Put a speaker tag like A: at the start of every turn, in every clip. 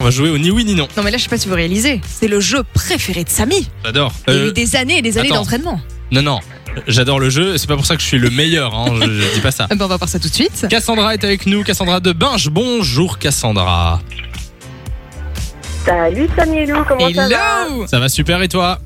A: va jouer au ni oui ni non.
B: Non mais là je sais pas si vous réalisez, c'est le jeu préféré de Samy.
A: J'adore.
B: Il y a
A: Euh,
B: eu des années et des années
A: attends.
B: d'entraînement.
A: Non, non. J'adore le jeu. C'est pas pour ça que je suis le meilleur. hein, je, je dis pas ça.
B: Ah ben, on va voir ça tout de suite.
A: Cassandra est avec nous. Cassandra de Binge. Bonjour Cassandra.
C: Salut Samy et Lou, comment ça va
B: Hello
A: Ça va super et toi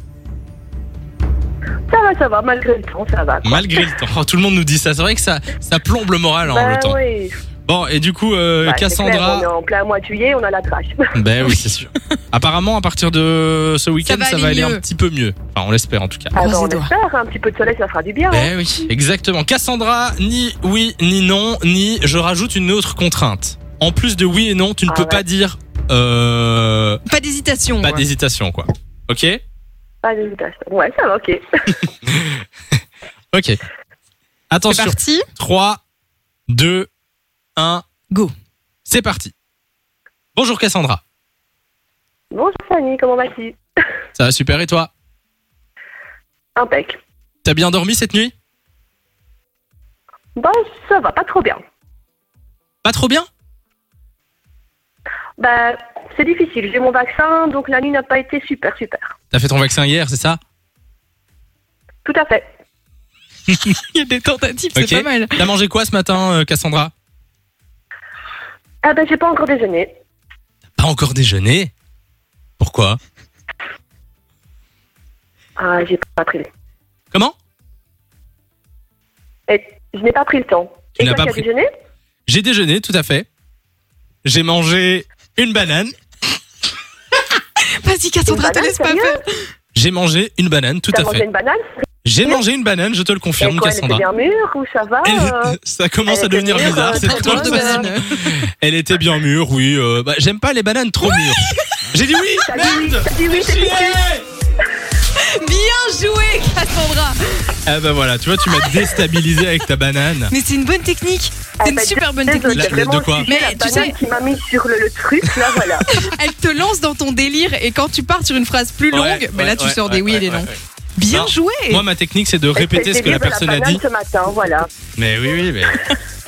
C: Ça va, ça va, malgré le temps, ça va. quoi.
A: Malgré le temps. Oh, tout le monde nous dit ça. C'est vrai que ça, ça plombe le moral hein,
C: Bah
A: le temps.
C: oui.
A: Bon et du coup euh,
C: Bah, c'est
A: Cassandra.
C: clair, on est en plein mois de juillet, on a la trash.
A: Ben oui c'est sûr. Apparemment à partir de ce week-end
B: va
A: ça va aller
B: aller
A: un
B: mieux.
A: petit peu mieux. Enfin on l'espère en tout cas.
C: Ah
B: Croisez
C: bah, on
B: les doigts.
C: espère, un petit peu de soleil, ça fera du bien. hein.
A: Ben oui. Exactement. Cassandra, ni oui, ni non, ni je rajoute une autre contrainte. En plus de oui et non, tu ne
C: Ah
A: peux
C: ouais.
A: pas dire euh,
B: Pas d'hésitation. hein.
A: pas
B: ouais.
A: d'hésitation, quoi. Ok
C: Pas d'hésitation. Ouais, ça va, ok.
A: Ok.
B: C'est
A: Attention.
B: parti.
A: 3, 2, 1.
B: Go.
A: C'est parti. Bonjour Cassandra.
C: Bonjour Samy, comment vas-tu
A: Ça va super et toi
C: Impec.
A: T'as bien dormi cette nuit
C: Bah, ça va, pas trop bien.
A: Pas trop bien
C: Bah, c'est difficile, j'ai mon vaccin, donc la nuit n'a pas été super, super.
A: T'as fait ton vaccin hier, c'est ça
C: Tout à fait.
B: Il y a des tentatives,
A: Ok.
B: c'est pas mal.
A: T'as mangé quoi ce matin, euh, Cassandra
C: Ah ben, j'ai pas encore déjeuné.
A: Pas encore déjeuné Pourquoi
C: Ah, j'ai pas pris le
A: Comment
C: Et je n'ai pas pris le temps.
A: Tu
C: Et
A: n'as
C: toi,
A: pas
C: as
A: pris-
C: déjeuné
A: J'ai déjeuné, tout à fait. J'ai mangé une banane.
B: Vas-y Cassandra,
C: Une
B: te
C: banane,
B: laisse pas
C: sérieux
B: faire.
A: J'ai mangé une banane, tout
C: T'as
A: à
C: mangé
A: fait.
C: une banane
A: J'ai mangé une banane, je te le
C: Et
A: confirme,
C: quoi, elle était
A: Cassandra.
C: bien mûre ou ça va euh
A: Elle- ça commence
C: elle
A: à
C: était
A: devenir
C: mûre,
A: bizarre.
C: euh,
A: c'est
C: très
A: trop
C: tranche de
A: facile.
B: banane.
A: Elle était bien mûre, oui. euh, bah, J'aime pas les bananes trop mûres. J'ai dit oui.
C: T'as dit oui, t'as dit oui, t'es
A: Chier
C: déçue.
B: Bien joué Cassandra.
A: Ah bah voilà, tu vois, tu m'as déstabilisé avec ta banane.
B: Mais c'est une bonne technique.
C: Ah,
B: C'est une
C: bah,
B: super bonne
C: désolée,
B: technique.
A: La- de
C: vraiment,
A: quoi
C: c'est
B: Mais
C: la
B: tu
C: banane
B: sais-
C: qui m'a mis sur le, le truc, là, voilà.
B: Elle te lance dans ton délire et quand tu pars sur une phrase plus
A: Ouais,
B: longue, bah là
A: ouais,
B: tu
A: ouais,
B: sors
A: ouais,
B: des oui et
A: ouais,
B: des
A: ouais,
B: non.
A: ouais.
B: Bien
A: Non.
B: joué.
A: Moi, ma technique, c'est de répéter ce
C: Elle s'est
A: que la
C: livrée
A: personne a
C: banane
A: dit.
C: ce matin, voilà.
A: Mais oui, oui, mais.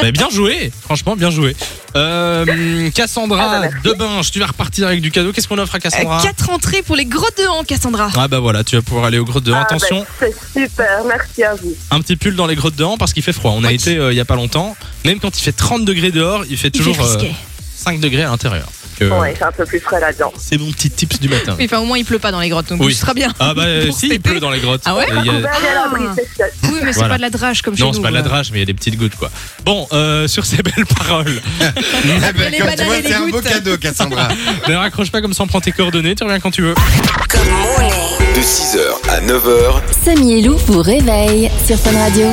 A: mais bien joué, franchement, bien joué. Euh,
C: Ah
A: Cassandra,
C: bah,
A: de Binge, tu vas repartir avec du cadeau. Qu'est-ce qu'on offre à
B: Euh,
A: Cassandra
B: Quatre entrées pour les gros deux en Cassandra.
A: Ah bah voilà, tu vas pouvoir aller aux grottes de Han.
C: Ah, bah,
A: Attention,
C: c'est super, merci à vous.
A: un petit pull dans les grottes de Han parce qu'il fait froid. On a
B: Ok.
A: été euh, il y a pas longtemps. Même quand il fait 30 degrés dehors, il fait
B: Il
A: toujours
B: fait
A: euh,
B: risqué.
A: 5 degrés à l'intérieur. Donc, euh,
C: Ouais, c'est un peu plus frais là-dedans.
A: C'est mon petit tips du matin.
B: Mais enfin au moins il pleut pas dans les grottes donc
A: Oui.
B: ce sera bien.
A: Ah bah euh,
B: Pour
A: si,
B: cet
A: il pleut
B: été.
A: dans les grottes.
B: Ah ouais
A: Euh, il y a-
C: On va aller à l'abri, Ben, c'est ça.
B: Oui mais c'est
A: Voilà.
B: pas de la drage comme chez
A: Non,
B: nous.
A: c'est pas de la
B: quoi.
A: drage, mais il y a des petites gouttes quoi. Bon, euh, sur ces belles paroles,
D: Ah bah,
B: Et les
D: comme tu
B: bananes
D: vois,
B: et les
D: c'est un beau
B: gouttes.
D: cadeau, Cassandra.
A: ne raccroche pas comme ça, on prend tes coordonnées, tu reviens quand tu veux.
E: De 6h à 9h,
F: Samy et Lou vous réveille sur Fun Radio.